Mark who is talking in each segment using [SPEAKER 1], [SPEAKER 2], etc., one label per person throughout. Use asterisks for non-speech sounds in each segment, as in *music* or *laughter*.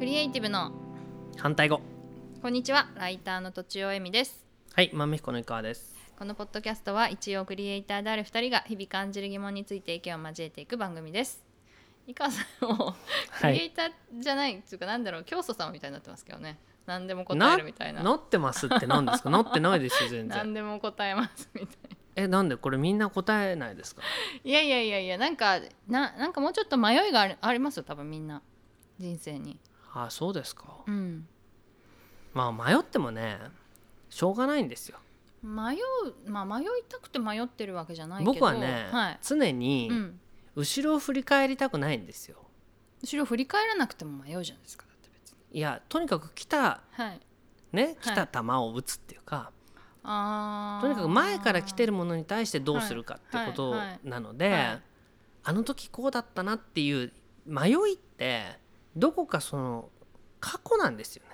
[SPEAKER 1] ティブの
[SPEAKER 2] 反対語
[SPEAKER 1] こんにちはライターのとちおえみです
[SPEAKER 2] はい豆彦の井川です
[SPEAKER 1] このポッドキャストは一応クリエイターである2人が日々感じる疑問について意見を交えていく番組です井川さんもク
[SPEAKER 2] は
[SPEAKER 1] リエ
[SPEAKER 2] い
[SPEAKER 1] イターじゃないっていうかなんだろう教祖様みたいになってますけどね何でも答
[SPEAKER 2] な
[SPEAKER 1] えるみたいな
[SPEAKER 2] なってますって何ですかなってないですよ全
[SPEAKER 1] 何
[SPEAKER 2] 然
[SPEAKER 1] でも答えますみたいな
[SPEAKER 2] えなんでこれみんな答えないですか
[SPEAKER 1] いやいやいやいやなんかななんかもうちょっと迷いがあるありますよ多分みんな人生に
[SPEAKER 2] あそうですか
[SPEAKER 1] うん
[SPEAKER 2] まあ迷ってもねしょうがないんですよ
[SPEAKER 1] 迷うまあ迷いたくて迷ってるわけじゃないけど
[SPEAKER 2] 僕はね、
[SPEAKER 1] はい
[SPEAKER 2] 常に
[SPEAKER 1] うん、
[SPEAKER 2] 後ろを振り返りたくないんですよ
[SPEAKER 1] 後ろ振り返らなくても迷うじゃないですかだって別に
[SPEAKER 2] いやとにかく来た
[SPEAKER 1] はい
[SPEAKER 2] ね来た球を打つっていうか、
[SPEAKER 1] あー
[SPEAKER 2] とにかく前から来てるものに対してどうするかってこと
[SPEAKER 1] はいはいはい
[SPEAKER 2] なので、
[SPEAKER 1] はい
[SPEAKER 2] あの時こうだったなっていう迷いってどこかその過去なんですよね。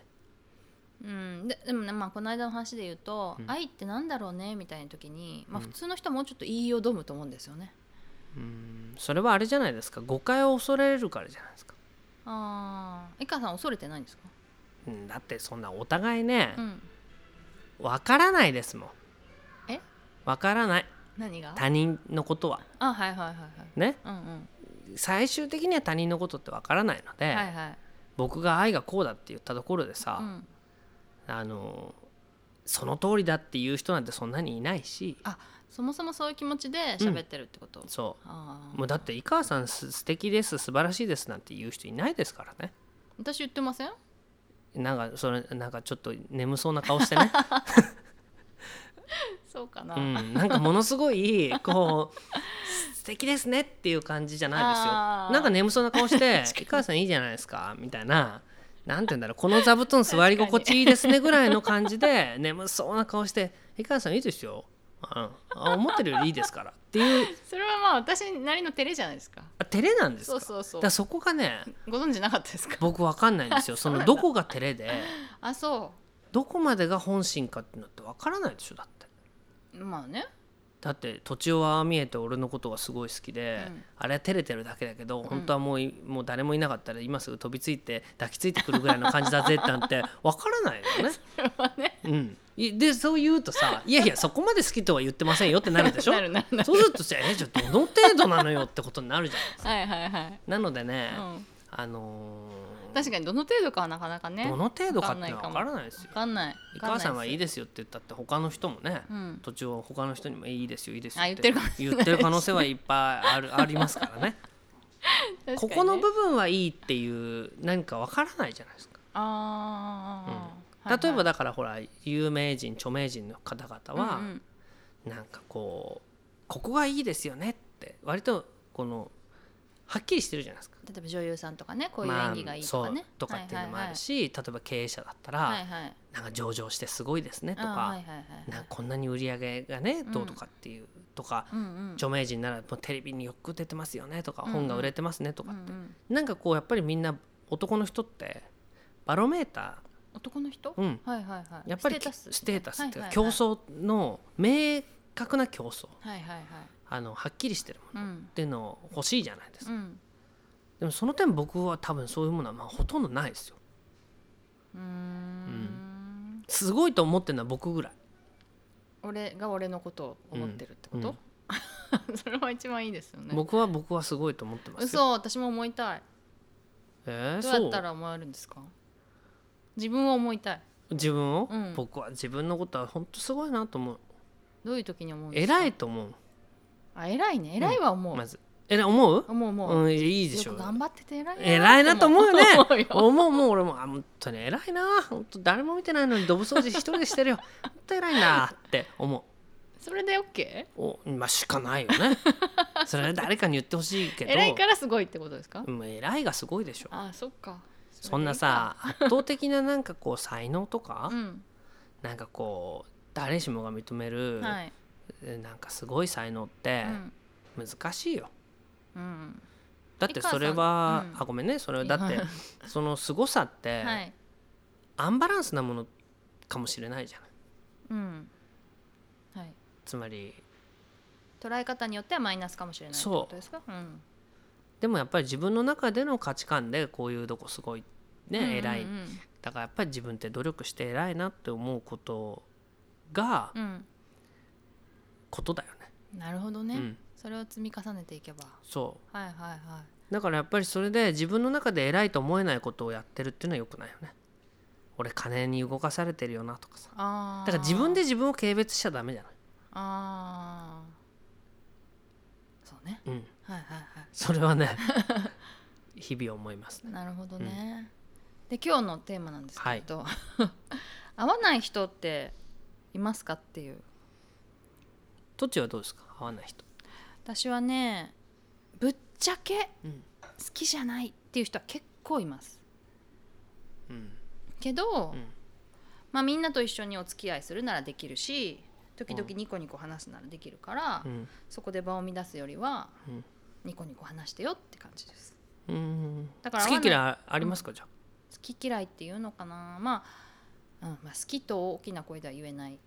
[SPEAKER 1] うんででもねまあこの間の話で言うと、
[SPEAKER 2] うん
[SPEAKER 1] 愛ってなんだろうねみたいな時に、まあ、
[SPEAKER 2] うん
[SPEAKER 1] 普通の人はもうちょっと言いよどむと思うんですよね、
[SPEAKER 2] うんそれはあれじゃないですか誤解を恐れるからじゃないですか。
[SPEAKER 1] ああ井川さん恐れてないんですか
[SPEAKER 2] うんだってそんなお互いね
[SPEAKER 1] うん
[SPEAKER 2] わからないですもん。
[SPEAKER 1] え
[SPEAKER 2] わからない
[SPEAKER 1] 何が
[SPEAKER 2] 他人のことは
[SPEAKER 1] あはいはいはいはい
[SPEAKER 2] ね
[SPEAKER 1] うんうん
[SPEAKER 2] 最終的には他人のことってわからないので、
[SPEAKER 1] はいはい
[SPEAKER 2] 僕が愛がこうだって言ったところで
[SPEAKER 1] う
[SPEAKER 2] さ、
[SPEAKER 1] ん
[SPEAKER 2] あのその通りだっていう人なんてそんなにいないし。
[SPEAKER 1] そもそもそういう気持ちで喋ってるってこと、
[SPEAKER 2] そ
[SPEAKER 1] あ
[SPEAKER 2] う
[SPEAKER 1] ー
[SPEAKER 2] もうだって井川さんす素敵です素晴らしいですなんて言う人いないですからね
[SPEAKER 1] 私言ってません
[SPEAKER 2] なんかそれなんかちょっと眠そうな顔してね、
[SPEAKER 1] そうかな、
[SPEAKER 2] うん、なんかものすごいこう *laughs* 素敵ですねっていう感じじゃないですよ
[SPEAKER 1] あー
[SPEAKER 2] なんか眠そうな
[SPEAKER 1] *laughs*
[SPEAKER 2] 顔して井川さんいいじゃないですかみたいななんて言うんだろうこの座布団座り心地いいですねぐらいの感
[SPEAKER 1] *laughs*
[SPEAKER 2] じで眠そうな顔して井川さんいいですよ、うん、あ思ってるよりいいですからっていう
[SPEAKER 1] それはまあ私なりの照れじゃないですか
[SPEAKER 2] あ照れなんです
[SPEAKER 1] そ
[SPEAKER 2] か
[SPEAKER 1] うそうそう
[SPEAKER 2] だからそこがね
[SPEAKER 1] ご存知なかったですか
[SPEAKER 2] 僕わかんないんですよそのどこが照れで
[SPEAKER 1] あそ
[SPEAKER 2] どこまでが本心かってのってわからないでしょだって
[SPEAKER 1] うまあね
[SPEAKER 2] だって土地はああ見えて俺のことがすごい好きで、
[SPEAKER 1] うん
[SPEAKER 2] あれは照れてるだけだけど本当はもう,、もう誰もいなかったら今すぐ飛びついて抱きついてくるぐらいの感じだぜってなん
[SPEAKER 1] *laughs*
[SPEAKER 2] てわからないよね。
[SPEAKER 1] まあね
[SPEAKER 2] うん、いでそう言うとさ「いやいやそこまで好きとは言ってませんよ」ってなるでし
[SPEAKER 1] *laughs*
[SPEAKER 2] ょ
[SPEAKER 1] なるなるなる
[SPEAKER 2] そうするとさ「えじゃあどの程度なのよ」ってことになるじゃないですか。
[SPEAKER 1] はいはいはい、
[SPEAKER 2] なのでね、
[SPEAKER 1] うん、
[SPEAKER 2] あのー
[SPEAKER 1] 確かにどの程度かはなかなかね
[SPEAKER 2] どの程度かってのは
[SPEAKER 1] わ
[SPEAKER 2] わ
[SPEAKER 1] か
[SPEAKER 2] か
[SPEAKER 1] ん
[SPEAKER 2] らないですよ
[SPEAKER 1] 分。かんない
[SPEAKER 2] お母さんはいい
[SPEAKER 1] で
[SPEAKER 2] ですよって言ったって他の人もね、
[SPEAKER 1] うん
[SPEAKER 2] 途中を他の人にもえいいですよいいですよ
[SPEAKER 1] あ言ってるかもしれない
[SPEAKER 2] 言ってる可能性はいっぱいあるありま
[SPEAKER 1] *laughs*
[SPEAKER 2] すからねここの部分はいいっていう何かわからないじゃないですか。
[SPEAKER 1] ああ、
[SPEAKER 2] 例えば
[SPEAKER 1] だ
[SPEAKER 2] だからほら有名人著名人の方々は、なんかこうここがいいですよねって割とこのはっきりしてるじゃないですか。
[SPEAKER 1] 例えば女優さんとかねこういう演技がいいとかね
[SPEAKER 2] まあ、そうとかっていうのもあるし、例えば経営者だったら、
[SPEAKER 1] はいはいはい
[SPEAKER 2] なんか上場してすごいですねとか、
[SPEAKER 1] あーはいはいはい
[SPEAKER 2] なんかこんなに売り上げがねどうとかっていう、とか
[SPEAKER 1] うんうん
[SPEAKER 2] 著名人ならもうテレビによく出てますよねとか、
[SPEAKER 1] うんうん
[SPEAKER 2] 本が売れてますねとか
[SPEAKER 1] う
[SPEAKER 2] っ
[SPEAKER 1] ん
[SPEAKER 2] て、
[SPEAKER 1] うん
[SPEAKER 2] なんかこうやっぱりみんな男の人ってバロメータ
[SPEAKER 1] 男の人、
[SPEAKER 2] ー、うん、
[SPEAKER 1] はいはいはい
[SPEAKER 2] やっぱり
[SPEAKER 1] ステータス
[SPEAKER 2] ステータスっていうか、
[SPEAKER 1] はいはい
[SPEAKER 2] 競
[SPEAKER 1] はい
[SPEAKER 2] 争の明確な競争
[SPEAKER 1] はいはいはい
[SPEAKER 2] あのはっきりしてるも
[SPEAKER 1] う
[SPEAKER 2] のっ
[SPEAKER 1] ん
[SPEAKER 2] ていうのを欲しいじゃないで
[SPEAKER 1] う
[SPEAKER 2] すか、
[SPEAKER 1] ん
[SPEAKER 2] でもその点僕は多分そういうものはまあほとんどないですよ
[SPEAKER 1] うーん
[SPEAKER 2] すごいと思ってるのは僕ぐらい
[SPEAKER 1] 俺が俺のことを思ってるってこと、 *laughs* それは一番いいですよね
[SPEAKER 2] 僕は僕はすごいと思ってますよ
[SPEAKER 1] 嘘私も思いたい
[SPEAKER 2] えー
[SPEAKER 1] どうやった
[SPEAKER 2] そう
[SPEAKER 1] ら思えるんですか自分を思いたい
[SPEAKER 2] 自分を、
[SPEAKER 1] うん
[SPEAKER 2] 僕は自分のことは本当すごいなと思う
[SPEAKER 1] どういう時に思うんですか
[SPEAKER 2] 偉いと思う
[SPEAKER 1] あ偉いね偉いは思う、
[SPEAKER 2] まず偉い思う
[SPEAKER 1] 思う思う、
[SPEAKER 2] うんいいでし
[SPEAKER 1] よ
[SPEAKER 2] ょ
[SPEAKER 1] く頑張ってて偉い
[SPEAKER 2] 偉いなと思うよね
[SPEAKER 1] *laughs* 思うよ
[SPEAKER 2] 思うもう俺もあ本当に偉いな本当誰も見てないのにドブ掃除一人でしてるよ本当偉いなって思
[SPEAKER 1] それで OK?
[SPEAKER 2] うおまあしかないよ
[SPEAKER 1] *laughs*
[SPEAKER 2] ねそれは誰かに言ってほしいけど
[SPEAKER 1] 偉いからすごいってことですか、
[SPEAKER 2] うん偉いがすごいでしょ
[SPEAKER 1] あそっか
[SPEAKER 2] そんなさ圧倒的ななんかこう才能とか、
[SPEAKER 1] それでいいか
[SPEAKER 2] なんかこう誰しもが認め
[SPEAKER 1] う
[SPEAKER 2] る、
[SPEAKER 1] んはい、
[SPEAKER 2] えなんかすごい才能って
[SPEAKER 1] うん
[SPEAKER 2] 難しいよ、
[SPEAKER 1] うん
[SPEAKER 2] だってそれ
[SPEAKER 1] 美川
[SPEAKER 2] は
[SPEAKER 1] さ、んうん
[SPEAKER 2] あごめんねそれはだ
[SPEAKER 1] *laughs*
[SPEAKER 2] ってそのすごさって、
[SPEAKER 1] はい
[SPEAKER 2] アンバランスなものかもしれないじゃない
[SPEAKER 1] うんはい
[SPEAKER 2] つまり
[SPEAKER 1] 捉え方によってはマイナスかもしれないって
[SPEAKER 2] そう
[SPEAKER 1] ことですかうん
[SPEAKER 2] でもやっぱり自分の中での価値観でこういうとこすごいっ
[SPEAKER 1] うんうんうん
[SPEAKER 2] ね偉いだからやっぱり自分って努力して偉いなって思うことが
[SPEAKER 1] うん
[SPEAKER 2] ことだよね。
[SPEAKER 1] なるほどね、
[SPEAKER 2] うん
[SPEAKER 1] それを積み重ねていけば
[SPEAKER 2] そう
[SPEAKER 1] はいはいはい
[SPEAKER 2] だからやっぱりそれで自分の中で偉いと思えないことをやってるっていうのは良くないよね。俺金に動かされてるよなとかさ
[SPEAKER 1] あ
[SPEAKER 2] だ
[SPEAKER 1] ー
[SPEAKER 2] から自分で自分を軽蔑しちゃダメじゃない、
[SPEAKER 1] あーそうね
[SPEAKER 2] うん、
[SPEAKER 1] はいはいは
[SPEAKER 2] それは
[SPEAKER 1] *laughs*
[SPEAKER 2] ね日々思います
[SPEAKER 1] い
[SPEAKER 2] ね
[SPEAKER 1] なるほどね、で今日のテーマなんですけど、 *laughs* 合わない人っていますかっていう
[SPEAKER 2] どっちはどうですか合わない人、
[SPEAKER 1] 私はねぶっちゃけ
[SPEAKER 2] うん
[SPEAKER 1] 好きじゃないっていう人は結構います
[SPEAKER 2] うん
[SPEAKER 1] けど、
[SPEAKER 2] うん
[SPEAKER 1] まあ、みんなと一緒にお付き合いするならできるし時々ニコニコ話すならできるから、
[SPEAKER 2] うん
[SPEAKER 1] そこで場を乱すよりは、
[SPEAKER 2] うん
[SPEAKER 1] ニコニコ話してよって感じです
[SPEAKER 2] うん、
[SPEAKER 1] だから合わな
[SPEAKER 2] 好
[SPEAKER 1] い
[SPEAKER 2] き嫌いあありますか、じゃあ
[SPEAKER 1] 好き嫌いっていうのかな、まあうんまあ、好きと大きな声では言えない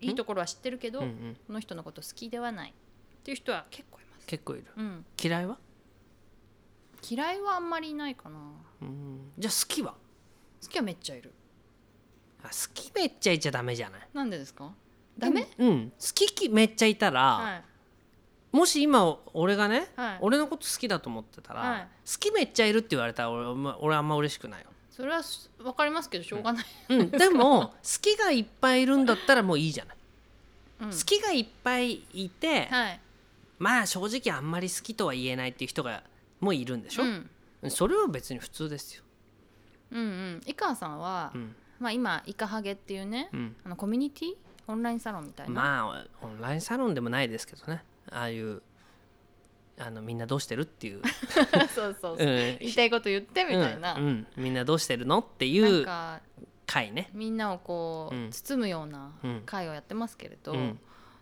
[SPEAKER 1] いいところは知ってるけど、
[SPEAKER 2] うんうん、
[SPEAKER 1] この人のこと好きではないっていう人は結構います、
[SPEAKER 2] 結構いる
[SPEAKER 1] うん、
[SPEAKER 2] 嫌いは、
[SPEAKER 1] 嫌いはあんまりいないかな
[SPEAKER 2] うん、じゃあ好きは
[SPEAKER 1] 好きはめっちゃいる
[SPEAKER 2] あ好きめっちゃいちゃダメじゃない
[SPEAKER 1] なんでですかダメ、
[SPEAKER 2] うん好ききめっちゃいたら、
[SPEAKER 1] はい
[SPEAKER 2] もし今俺がね、
[SPEAKER 1] はい
[SPEAKER 2] 俺のこと好きだと思ってたら、
[SPEAKER 1] はい
[SPEAKER 2] 好きめっちゃいるって言われたら俺俺俺あんま嬉しくないよ、
[SPEAKER 1] それはすわかりますけどしょうがない、
[SPEAKER 2] うん、でも好きがいっぱいいるんだったらもういいじゃない、
[SPEAKER 1] うん
[SPEAKER 2] 好きがいっぱいいて、
[SPEAKER 1] はい
[SPEAKER 2] まあ正直あんまり好きとは言えないっていう人がもういるんでしょ
[SPEAKER 1] う、ん、
[SPEAKER 2] それは別に普通ですよ、
[SPEAKER 1] うんうん井川さんは、
[SPEAKER 2] うん
[SPEAKER 1] まあ、今イカハゲっていうね、
[SPEAKER 2] うん、
[SPEAKER 1] あのコミュニティオンラインサロンみたいな、
[SPEAKER 2] まあオンラインサロンでもないですけどねああいうあのみんなどうしてるっていう、
[SPEAKER 1] *laughs* そうそうそう、
[SPEAKER 2] うん
[SPEAKER 1] 言いたいこと言ってみたいな、
[SPEAKER 2] うんうんみんなどうしてるのって
[SPEAKER 1] なん
[SPEAKER 2] いう
[SPEAKER 1] か
[SPEAKER 2] 回ね
[SPEAKER 1] みんなをこう、
[SPEAKER 2] うん
[SPEAKER 1] 包むような
[SPEAKER 2] うん
[SPEAKER 1] 会をやってますけれど、
[SPEAKER 2] うん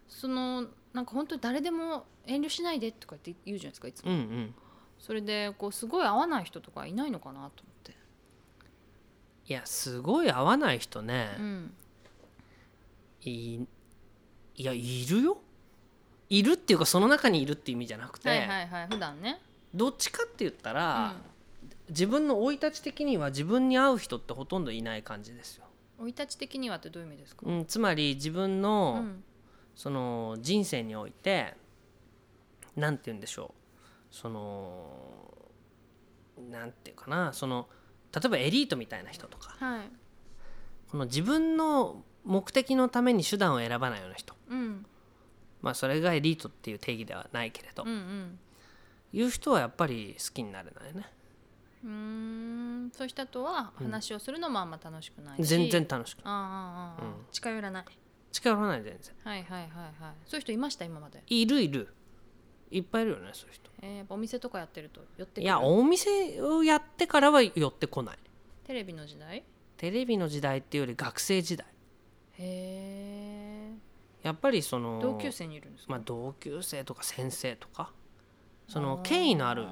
[SPEAKER 1] そのなんか本当に誰でも遠慮しないでとかって言うじゃないですかいつ
[SPEAKER 2] うん
[SPEAKER 1] も、
[SPEAKER 2] うん
[SPEAKER 1] それでこうすごい合わない人とかいないのかなと思って、
[SPEAKER 2] いやすごい合わない人ね、
[SPEAKER 1] うん、
[SPEAKER 2] いいやいるよいるっていうかその中にいるっていう意味じゃなくて、
[SPEAKER 1] はいはいはい普段ね
[SPEAKER 2] どっちかって言ったら、自分の生い立ち的には自分に合う人ってほとんどいない感じですよ、
[SPEAKER 1] 生い立ち的にはってどういう意味ですか、
[SPEAKER 2] うん、つまり自分
[SPEAKER 1] う
[SPEAKER 2] の、
[SPEAKER 1] ん
[SPEAKER 2] その人生においてなんて言うんでしょうそのなんていうかなその例えばエリートみたいな人とか
[SPEAKER 1] はい
[SPEAKER 2] この自分の目的のために手段を選ばないような人
[SPEAKER 1] うん、
[SPEAKER 2] まあそれがエリートっていう定義ではないけれど、
[SPEAKER 1] うんうん
[SPEAKER 2] いう人はやっぱり好きになれないね
[SPEAKER 1] うーんそうしたとは
[SPEAKER 2] うん
[SPEAKER 1] 話をするのもあんま楽しくないし、
[SPEAKER 2] 全然楽しくない
[SPEAKER 1] ああああああ、
[SPEAKER 2] うん
[SPEAKER 1] 近寄らない
[SPEAKER 2] 近寄らない全然
[SPEAKER 1] はいはいはいはいそういう人いました今まで、
[SPEAKER 2] いるいるいっぱいいるよねそういう人
[SPEAKER 1] えーやっぱお店とかやってると寄ってくる
[SPEAKER 2] いやお店をやってからは寄ってこない
[SPEAKER 1] テレビの時代
[SPEAKER 2] テレビの時代っていうより学生時代
[SPEAKER 1] へ
[SPEAKER 2] やっぱりそ
[SPEAKER 1] え
[SPEAKER 2] の
[SPEAKER 1] 同級生にいるんですか、
[SPEAKER 2] まあ、同級生とか先生とかその
[SPEAKER 1] あー
[SPEAKER 2] 権威のある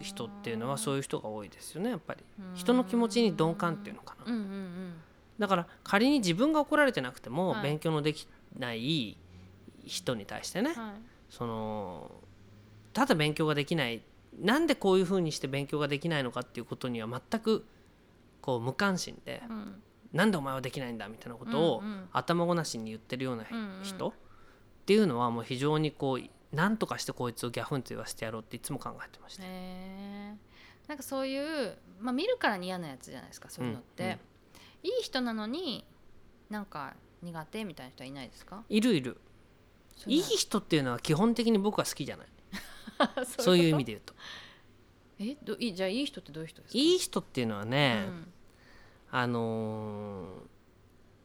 [SPEAKER 2] 人っていうのはそういう人が多いですよねやっぱり人の気持ちに鈍感っていうのかな
[SPEAKER 1] うんうんうん
[SPEAKER 2] だから仮に自分が怒られてなくても
[SPEAKER 1] はい
[SPEAKER 2] 勉強のできない人に対してね
[SPEAKER 1] はい
[SPEAKER 2] そのただ勉強ができないなんでこういうふうにして勉強ができないのかっていうことには全くこう無関心で
[SPEAKER 1] うん
[SPEAKER 2] なんでお前はできないんだみたいなことを
[SPEAKER 1] うんうん
[SPEAKER 2] 頭ごなしに言ってるような
[SPEAKER 1] うんうん
[SPEAKER 2] 人っていうのはもう非常にこうなんとかしてこいつをギャフンと言わせてやろうっていつも考えてました。
[SPEAKER 1] へえなんかそういう、まあ、見るからに嫌なやつじゃないですかそういうのって、いい人なのになんか苦手みたいな人はいないですか
[SPEAKER 2] いるいる
[SPEAKER 1] *laughs* そう
[SPEAKER 2] い
[SPEAKER 1] い
[SPEAKER 2] いう人っていうのは基本的に僕は好きじゃない
[SPEAKER 1] の
[SPEAKER 2] そういう意味
[SPEAKER 1] で
[SPEAKER 2] で言うと
[SPEAKER 1] えどいいじゃあいい人ってどういう人ですか
[SPEAKER 2] いい人っていうのはね、
[SPEAKER 1] うん
[SPEAKER 2] あの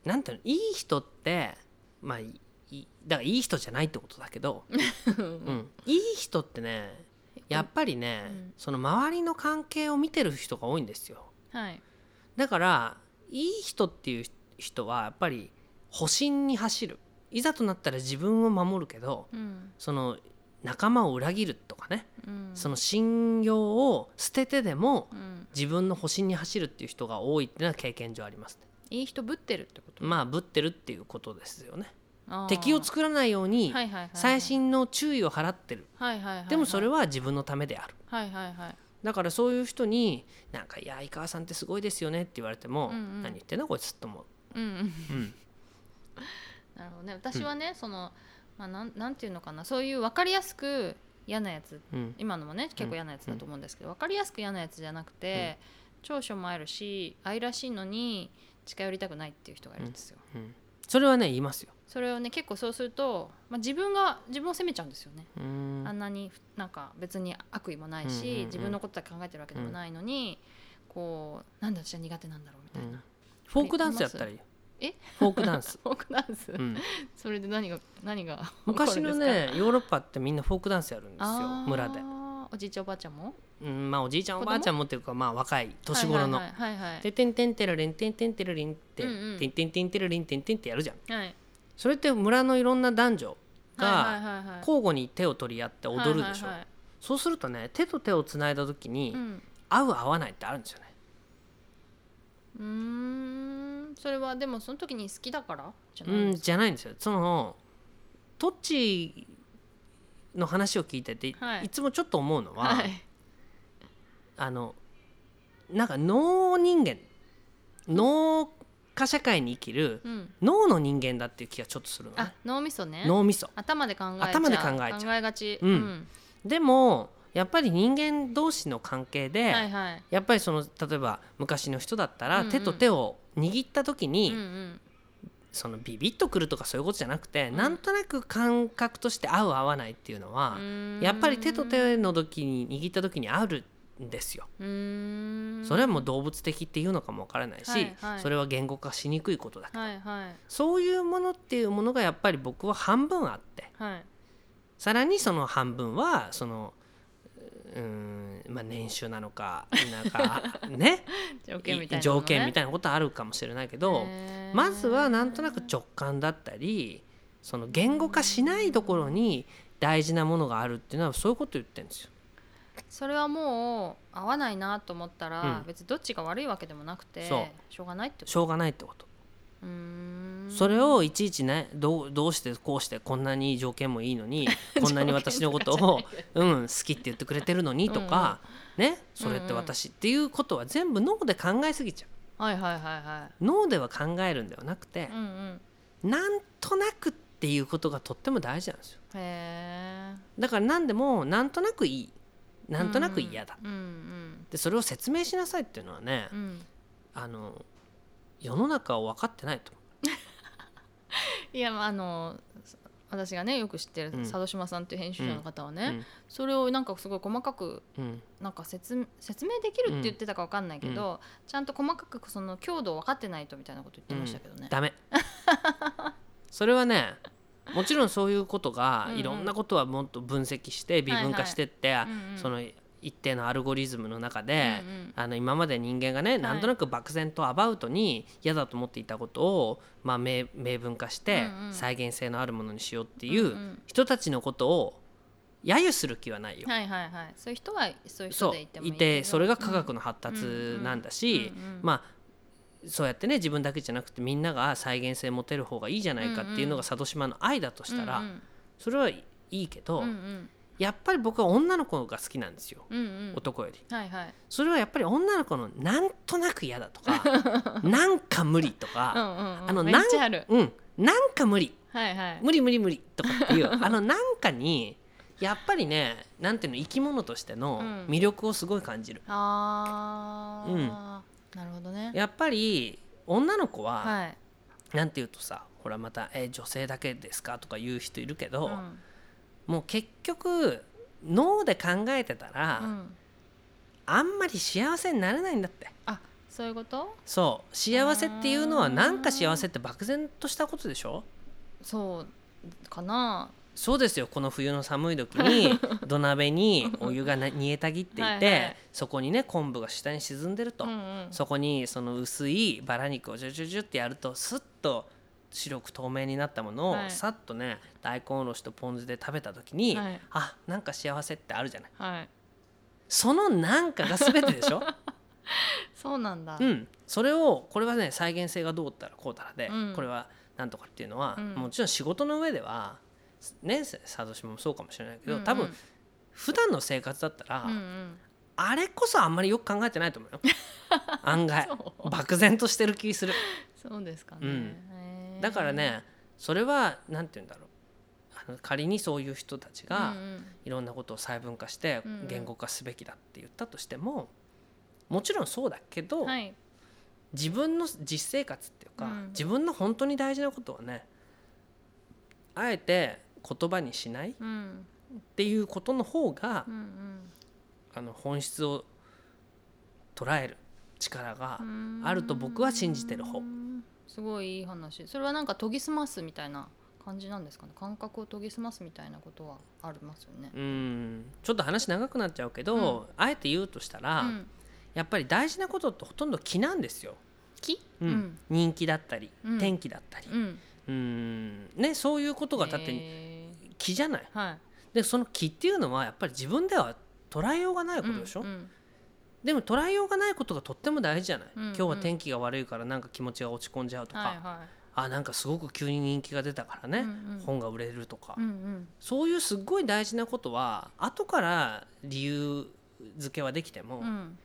[SPEAKER 2] ーなんていうのいい人ってまあいいだからいい人じゃないってことだけど、うん、いい人ってねやっぱりね、
[SPEAKER 1] うん
[SPEAKER 2] その周りの関係を見てる人が多いんですよ
[SPEAKER 1] はい
[SPEAKER 2] だからいい人っていう人はやっぱり保身に走るいざとなったら自分を守るけど
[SPEAKER 1] うん
[SPEAKER 2] その仲間を裏切るとかね、
[SPEAKER 1] うん
[SPEAKER 2] その信用を捨ててでも
[SPEAKER 1] うん
[SPEAKER 2] 自分の保身に走るっていう人が多いっていうのは経験上ありますね
[SPEAKER 1] いい人ぶってるってこと、
[SPEAKER 2] まあぶってるっていうことですよね
[SPEAKER 1] あー
[SPEAKER 2] 敵を作らないように
[SPEAKER 1] はいはいはいはい
[SPEAKER 2] 細心の注意を払ってる
[SPEAKER 1] はいはいはいはい
[SPEAKER 2] でもそれは自分のためである
[SPEAKER 1] はいはいはい
[SPEAKER 2] だからそういう人になんか「いや相川さんってすごいですよね」って言われても
[SPEAKER 1] うんうん
[SPEAKER 2] 「何言ってんだこいつ」と思う。
[SPEAKER 1] うんうん
[SPEAKER 2] うん
[SPEAKER 1] なるほどね私はね、その、まあ、なんなんていうのかなそういう分かりやすく嫌なやつ
[SPEAKER 2] うん
[SPEAKER 1] 今のもね結構嫌なやつだと思うんですけど、分かりやすく嫌なやつじゃなくて、長所もあるし愛らしいのに近寄りたくないっていう人がいるんですよ。
[SPEAKER 2] うんそれはね言いますよ。
[SPEAKER 1] それをね結構そうすると、まあ、自分が自分を責めちゃうんですよね。
[SPEAKER 2] うん
[SPEAKER 1] あんなにふなんか別に悪意もないし、
[SPEAKER 2] うんうんうん
[SPEAKER 1] 自分のことだけ考えてるわけでもないのに、こうなんだ私は苦手なんだろうみたいな。
[SPEAKER 2] フォークダンスやったらいいよ。
[SPEAKER 1] え。
[SPEAKER 2] フォークダンス
[SPEAKER 1] フォークダンス、 *laughs*
[SPEAKER 2] うん、
[SPEAKER 1] それで何が何が起こるんです
[SPEAKER 2] 昔
[SPEAKER 1] か
[SPEAKER 2] のねヨーロッパってみんなフォークダンスやるんですよ
[SPEAKER 1] あー
[SPEAKER 2] 村で、
[SPEAKER 1] おじいちゃんおばあちゃんも
[SPEAKER 2] うんまあ、おじいちゃんお
[SPEAKER 1] 子供
[SPEAKER 2] ばあちゃんもっていうかまあ若い年頃の
[SPEAKER 1] はいはいはいはい
[SPEAKER 2] 「ててんてんてるりんてんてんてるりん」って
[SPEAKER 1] うんうん
[SPEAKER 2] 「てんてんてんてるりんてんてん」ってやるじゃん
[SPEAKER 1] はいはい
[SPEAKER 2] それって村のいろんな男女
[SPEAKER 1] はい
[SPEAKER 2] が
[SPEAKER 1] はいはい
[SPEAKER 2] 交互に手を取り合って踊るでしょ
[SPEAKER 1] はいはいは
[SPEAKER 2] そうするとね手と手をつないだ時
[SPEAKER 1] い、う
[SPEAKER 2] に
[SPEAKER 1] ん
[SPEAKER 2] 合う合わないってあるんですよね
[SPEAKER 1] うーんそれはでもその時に好きだからじゃな
[SPEAKER 2] う
[SPEAKER 1] い
[SPEAKER 2] ん
[SPEAKER 1] です
[SPEAKER 2] じゃないんですよそのトッチの話を聞いててい
[SPEAKER 1] はい
[SPEAKER 2] つもちょっと思うの
[SPEAKER 1] か、
[SPEAKER 2] は
[SPEAKER 1] はい
[SPEAKER 2] あのなんか脳人間脳化社会に生きる
[SPEAKER 1] うん、
[SPEAKER 2] 脳の人間だっていう気がちょっとするの
[SPEAKER 1] あ
[SPEAKER 2] ね
[SPEAKER 1] 脳みそね
[SPEAKER 2] 脳みそ
[SPEAKER 1] 頭で考えちゃう
[SPEAKER 2] 頭で考えちゃう
[SPEAKER 1] 考えがち、
[SPEAKER 2] うんでもやっぱり人間同士の関係で、
[SPEAKER 1] はいはい、
[SPEAKER 2] やっぱりその例えば昔の人だったら、
[SPEAKER 1] うんうん
[SPEAKER 2] 手と手を握った時に、
[SPEAKER 1] うんうん、
[SPEAKER 2] そのビビッとくるとかそういうことじゃなくて、
[SPEAKER 1] ん
[SPEAKER 2] なんとなく感覚として合う合わないっていうのは、やっぱり手と手の時に握った時にあるんですよ。それはもう
[SPEAKER 1] う
[SPEAKER 2] 動物的っていうのかもわからないし、
[SPEAKER 1] はいはい
[SPEAKER 2] それは言語化しにくいことだけ
[SPEAKER 1] ー
[SPEAKER 2] ど、
[SPEAKER 1] んはいはい
[SPEAKER 2] そういうものっていうものがやっぱり僕は半分あって
[SPEAKER 1] はい
[SPEAKER 2] さらにその半分はそのうーんまあ年収なのかなんか
[SPEAKER 1] *laughs*
[SPEAKER 2] ね
[SPEAKER 1] 条件みたいな、ね、
[SPEAKER 2] 条件みたいなことあるかもしれないけど
[SPEAKER 1] へー
[SPEAKER 2] まずはなんとなく直感だったりその言語化しないところに大事なものがあるっていうのはそういうこと言ってるんですよ。
[SPEAKER 1] それはもう合わないなと思ったら、
[SPEAKER 2] うん
[SPEAKER 1] 別にどっちが悪いわけでもなくて
[SPEAKER 2] そ
[SPEAKER 1] しょうがないってこと
[SPEAKER 2] しょうがないってこと。
[SPEAKER 1] うーん
[SPEAKER 2] それをいちいちねどうどうしてこうしてこんなに条件もいい
[SPEAKER 1] *laughs*
[SPEAKER 2] のにこんなに私のことを「うん好き」って言ってくれてるのにとか、ねそれって私っていうことは全部脳で考えすぎちゃう。
[SPEAKER 1] はいはいはいは
[SPEAKER 2] 脳では考えるんではなくて
[SPEAKER 1] い、うんうん
[SPEAKER 2] なんとなくっていうことがとっても大事なんですよ
[SPEAKER 1] へ
[SPEAKER 2] だから何でもなんとなくいい
[SPEAKER 1] え
[SPEAKER 2] なんとなく嫌だ、
[SPEAKER 1] うんうん
[SPEAKER 2] でそれを説明しなさいっていうのはね、
[SPEAKER 1] うんうん
[SPEAKER 2] あの世の中を分かってないと
[SPEAKER 1] いやまああの私がねよく知ってる
[SPEAKER 2] うん
[SPEAKER 1] 佐渡島さんっていう編集者の方はね、
[SPEAKER 2] 思う、
[SPEAKER 1] それをなんかすごい細かく
[SPEAKER 2] うんうん
[SPEAKER 1] なんか説明説明できるって言ってたかわかんないけど、ちゃんと細かくその強度を分かってないとみたいなこと言ってましたけどね。
[SPEAKER 2] ダメ *laughs* それはねもちろんそういうことが
[SPEAKER 1] うんうん
[SPEAKER 2] いろんなことはもっと分析して微分化してって、
[SPEAKER 1] うんうん
[SPEAKER 2] その一定のアルゴリズムの中で、
[SPEAKER 1] うんうん
[SPEAKER 2] あの今まで人間がね、なんとなく漠然とアバウトに嫌だと思っていたことを、まあ、明明文化して
[SPEAKER 1] うんうん
[SPEAKER 2] 再現性のあるものにしようってい
[SPEAKER 1] んう
[SPEAKER 2] うん人たちのことを揶揄する気はないよ。
[SPEAKER 1] はいはいはい、そういう人はそういう人
[SPEAKER 2] そ
[SPEAKER 1] でいても
[SPEAKER 2] う
[SPEAKER 1] いい
[SPEAKER 2] い
[SPEAKER 1] けど
[SPEAKER 2] てそれが科学の発達なんだし、
[SPEAKER 1] うんうんうんうん
[SPEAKER 2] まあそうやってね自分だけじゃなくてみんなが再現性持てる方がいいじゃないかっていうのが佐渡島の愛だとしたら、
[SPEAKER 1] うんうん
[SPEAKER 2] それはいいけ
[SPEAKER 1] う
[SPEAKER 2] ど、
[SPEAKER 1] んうん
[SPEAKER 2] やっぱり僕は女の子が好きなんですよ、
[SPEAKER 1] うんうん
[SPEAKER 2] 男より。
[SPEAKER 1] はいはい
[SPEAKER 2] それはやっぱり女の子のなんとなく嫌だ
[SPEAKER 1] *laughs*
[SPEAKER 2] とかなんか無理と
[SPEAKER 1] う
[SPEAKER 2] か、
[SPEAKER 1] んうんうん
[SPEAKER 2] あの
[SPEAKER 1] めっちゃある
[SPEAKER 2] うん、なんか無理
[SPEAKER 1] はいはい
[SPEAKER 2] 無理無理無理とかっていうあのなんかにやっぱりねなんていうの生き物としての
[SPEAKER 1] うん
[SPEAKER 2] 魅力をすごい感じる。
[SPEAKER 1] あー、なるほどね
[SPEAKER 2] やっぱり女の子は、
[SPEAKER 1] はい
[SPEAKER 2] なんていうとさほらまた「え女性だけですか?」とか言う人いるけど、
[SPEAKER 1] うん
[SPEAKER 2] もう結局脳で考えてたら、
[SPEAKER 1] うん
[SPEAKER 2] あんまり幸せになれないんだって
[SPEAKER 1] あそういうこと
[SPEAKER 2] そう幸せっていうのはなんか幸せって漠然としたことでしょ
[SPEAKER 1] そうかな
[SPEAKER 2] そうですよこの冬の寒い時
[SPEAKER 1] *laughs*
[SPEAKER 2] に土鍋にお湯がな煮えたぎっていて
[SPEAKER 1] はいはい
[SPEAKER 2] そこにね昆布が下に沈んでると、
[SPEAKER 1] うんうん
[SPEAKER 2] そこにその薄いバラ肉をジュジュジュってやるとスッと白く透明になったものを
[SPEAKER 1] はい
[SPEAKER 2] さっとね大根おろしとポン酢で食べた時に、
[SPEAKER 1] はい
[SPEAKER 2] あなんか幸せってあるじゃない
[SPEAKER 1] はい
[SPEAKER 2] そのなんかが全てで
[SPEAKER 1] *laughs*
[SPEAKER 2] しょ、
[SPEAKER 1] そうなんだ、
[SPEAKER 2] うん、それをこれはね再現性がどうったらこうたらで、
[SPEAKER 1] うん
[SPEAKER 2] これはなんとかっていうのは、
[SPEAKER 1] うん
[SPEAKER 2] もちろん仕事の上ではね佐渡島もそうかもしれないけど、
[SPEAKER 1] うんうん
[SPEAKER 2] 多分普段の生活だったら、
[SPEAKER 1] うんうん
[SPEAKER 2] あれこそあんまりよく考えてないと思うよ
[SPEAKER 1] *laughs*
[SPEAKER 2] 案外
[SPEAKER 1] そう
[SPEAKER 2] 漠然としてる気する
[SPEAKER 1] そうですかね、
[SPEAKER 2] うん
[SPEAKER 1] へー
[SPEAKER 2] だからねそれは何て言うんだろうあの仮にそういう人たちが
[SPEAKER 1] うんうん
[SPEAKER 2] いろんなことを細分化して
[SPEAKER 1] うんうん
[SPEAKER 2] 言語化すべきだって言ったとしてももちろんそうだけど、
[SPEAKER 1] はい、
[SPEAKER 2] 自分の実生活っていうか、
[SPEAKER 1] うん
[SPEAKER 2] 自分の本当に大事なことはねあえて言葉にしないっ
[SPEAKER 1] うん
[SPEAKER 2] ていうことの方が、
[SPEAKER 1] うんうん
[SPEAKER 2] あの本質を捉える力が
[SPEAKER 1] う、ん
[SPEAKER 2] あると僕は信じてる方
[SPEAKER 1] すごいいい話それはなんか研ぎ澄ますみたいな感じなんですかね感覚を研ぎ澄ますみたいなことはありますよね
[SPEAKER 2] うんちょっと話長くなっちゃうけど、あえて言うとしたら、
[SPEAKER 1] うん、
[SPEAKER 2] やっぱり大事なことってほとんど気なんですよ。
[SPEAKER 1] 木
[SPEAKER 2] うん人気だったり、
[SPEAKER 1] うん
[SPEAKER 2] 天気だったり、
[SPEAKER 1] うん
[SPEAKER 2] うんね、そういうことがだって
[SPEAKER 1] へ
[SPEAKER 2] 気じゃない。
[SPEAKER 1] ーはい
[SPEAKER 2] でその気っていうのはやっぱり自分では捉えようがないことでしょ、
[SPEAKER 1] うんうん
[SPEAKER 2] でも捉えようがないことがとっても大事じゃない、
[SPEAKER 1] うんうん
[SPEAKER 2] 今日は天気が悪いからなんか気持ちが落ち込んじゃうとか、
[SPEAKER 1] はいは
[SPEAKER 2] あなんかすごく急に人気が出たから
[SPEAKER 1] い
[SPEAKER 2] ね、
[SPEAKER 1] うんうん
[SPEAKER 2] 本が売れるとか、
[SPEAKER 1] うんうん
[SPEAKER 2] そういうすっごい大事なことは後から理由付けはできても、
[SPEAKER 1] うん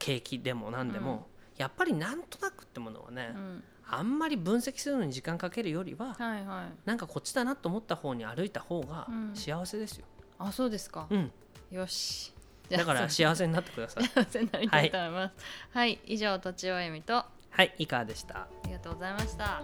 [SPEAKER 2] 景気でも何でも、
[SPEAKER 1] うん
[SPEAKER 2] やっぱりなんとなくってものはね、
[SPEAKER 1] うん
[SPEAKER 2] あんまり分析するのに時間かけるより
[SPEAKER 1] は
[SPEAKER 2] は、
[SPEAKER 1] いはい
[SPEAKER 2] なんかこっちだなと思った方に歩いた方が
[SPEAKER 1] うん
[SPEAKER 2] 幸せですよ、
[SPEAKER 1] あそうですか *laughs*
[SPEAKER 2] うん、
[SPEAKER 1] よしじゃあ
[SPEAKER 2] だから
[SPEAKER 1] そう
[SPEAKER 2] 幸せになってください
[SPEAKER 1] 幸せになりたいと思いますはい、以上とちおえみとあ
[SPEAKER 2] はい、いかがでした
[SPEAKER 1] りがとうございました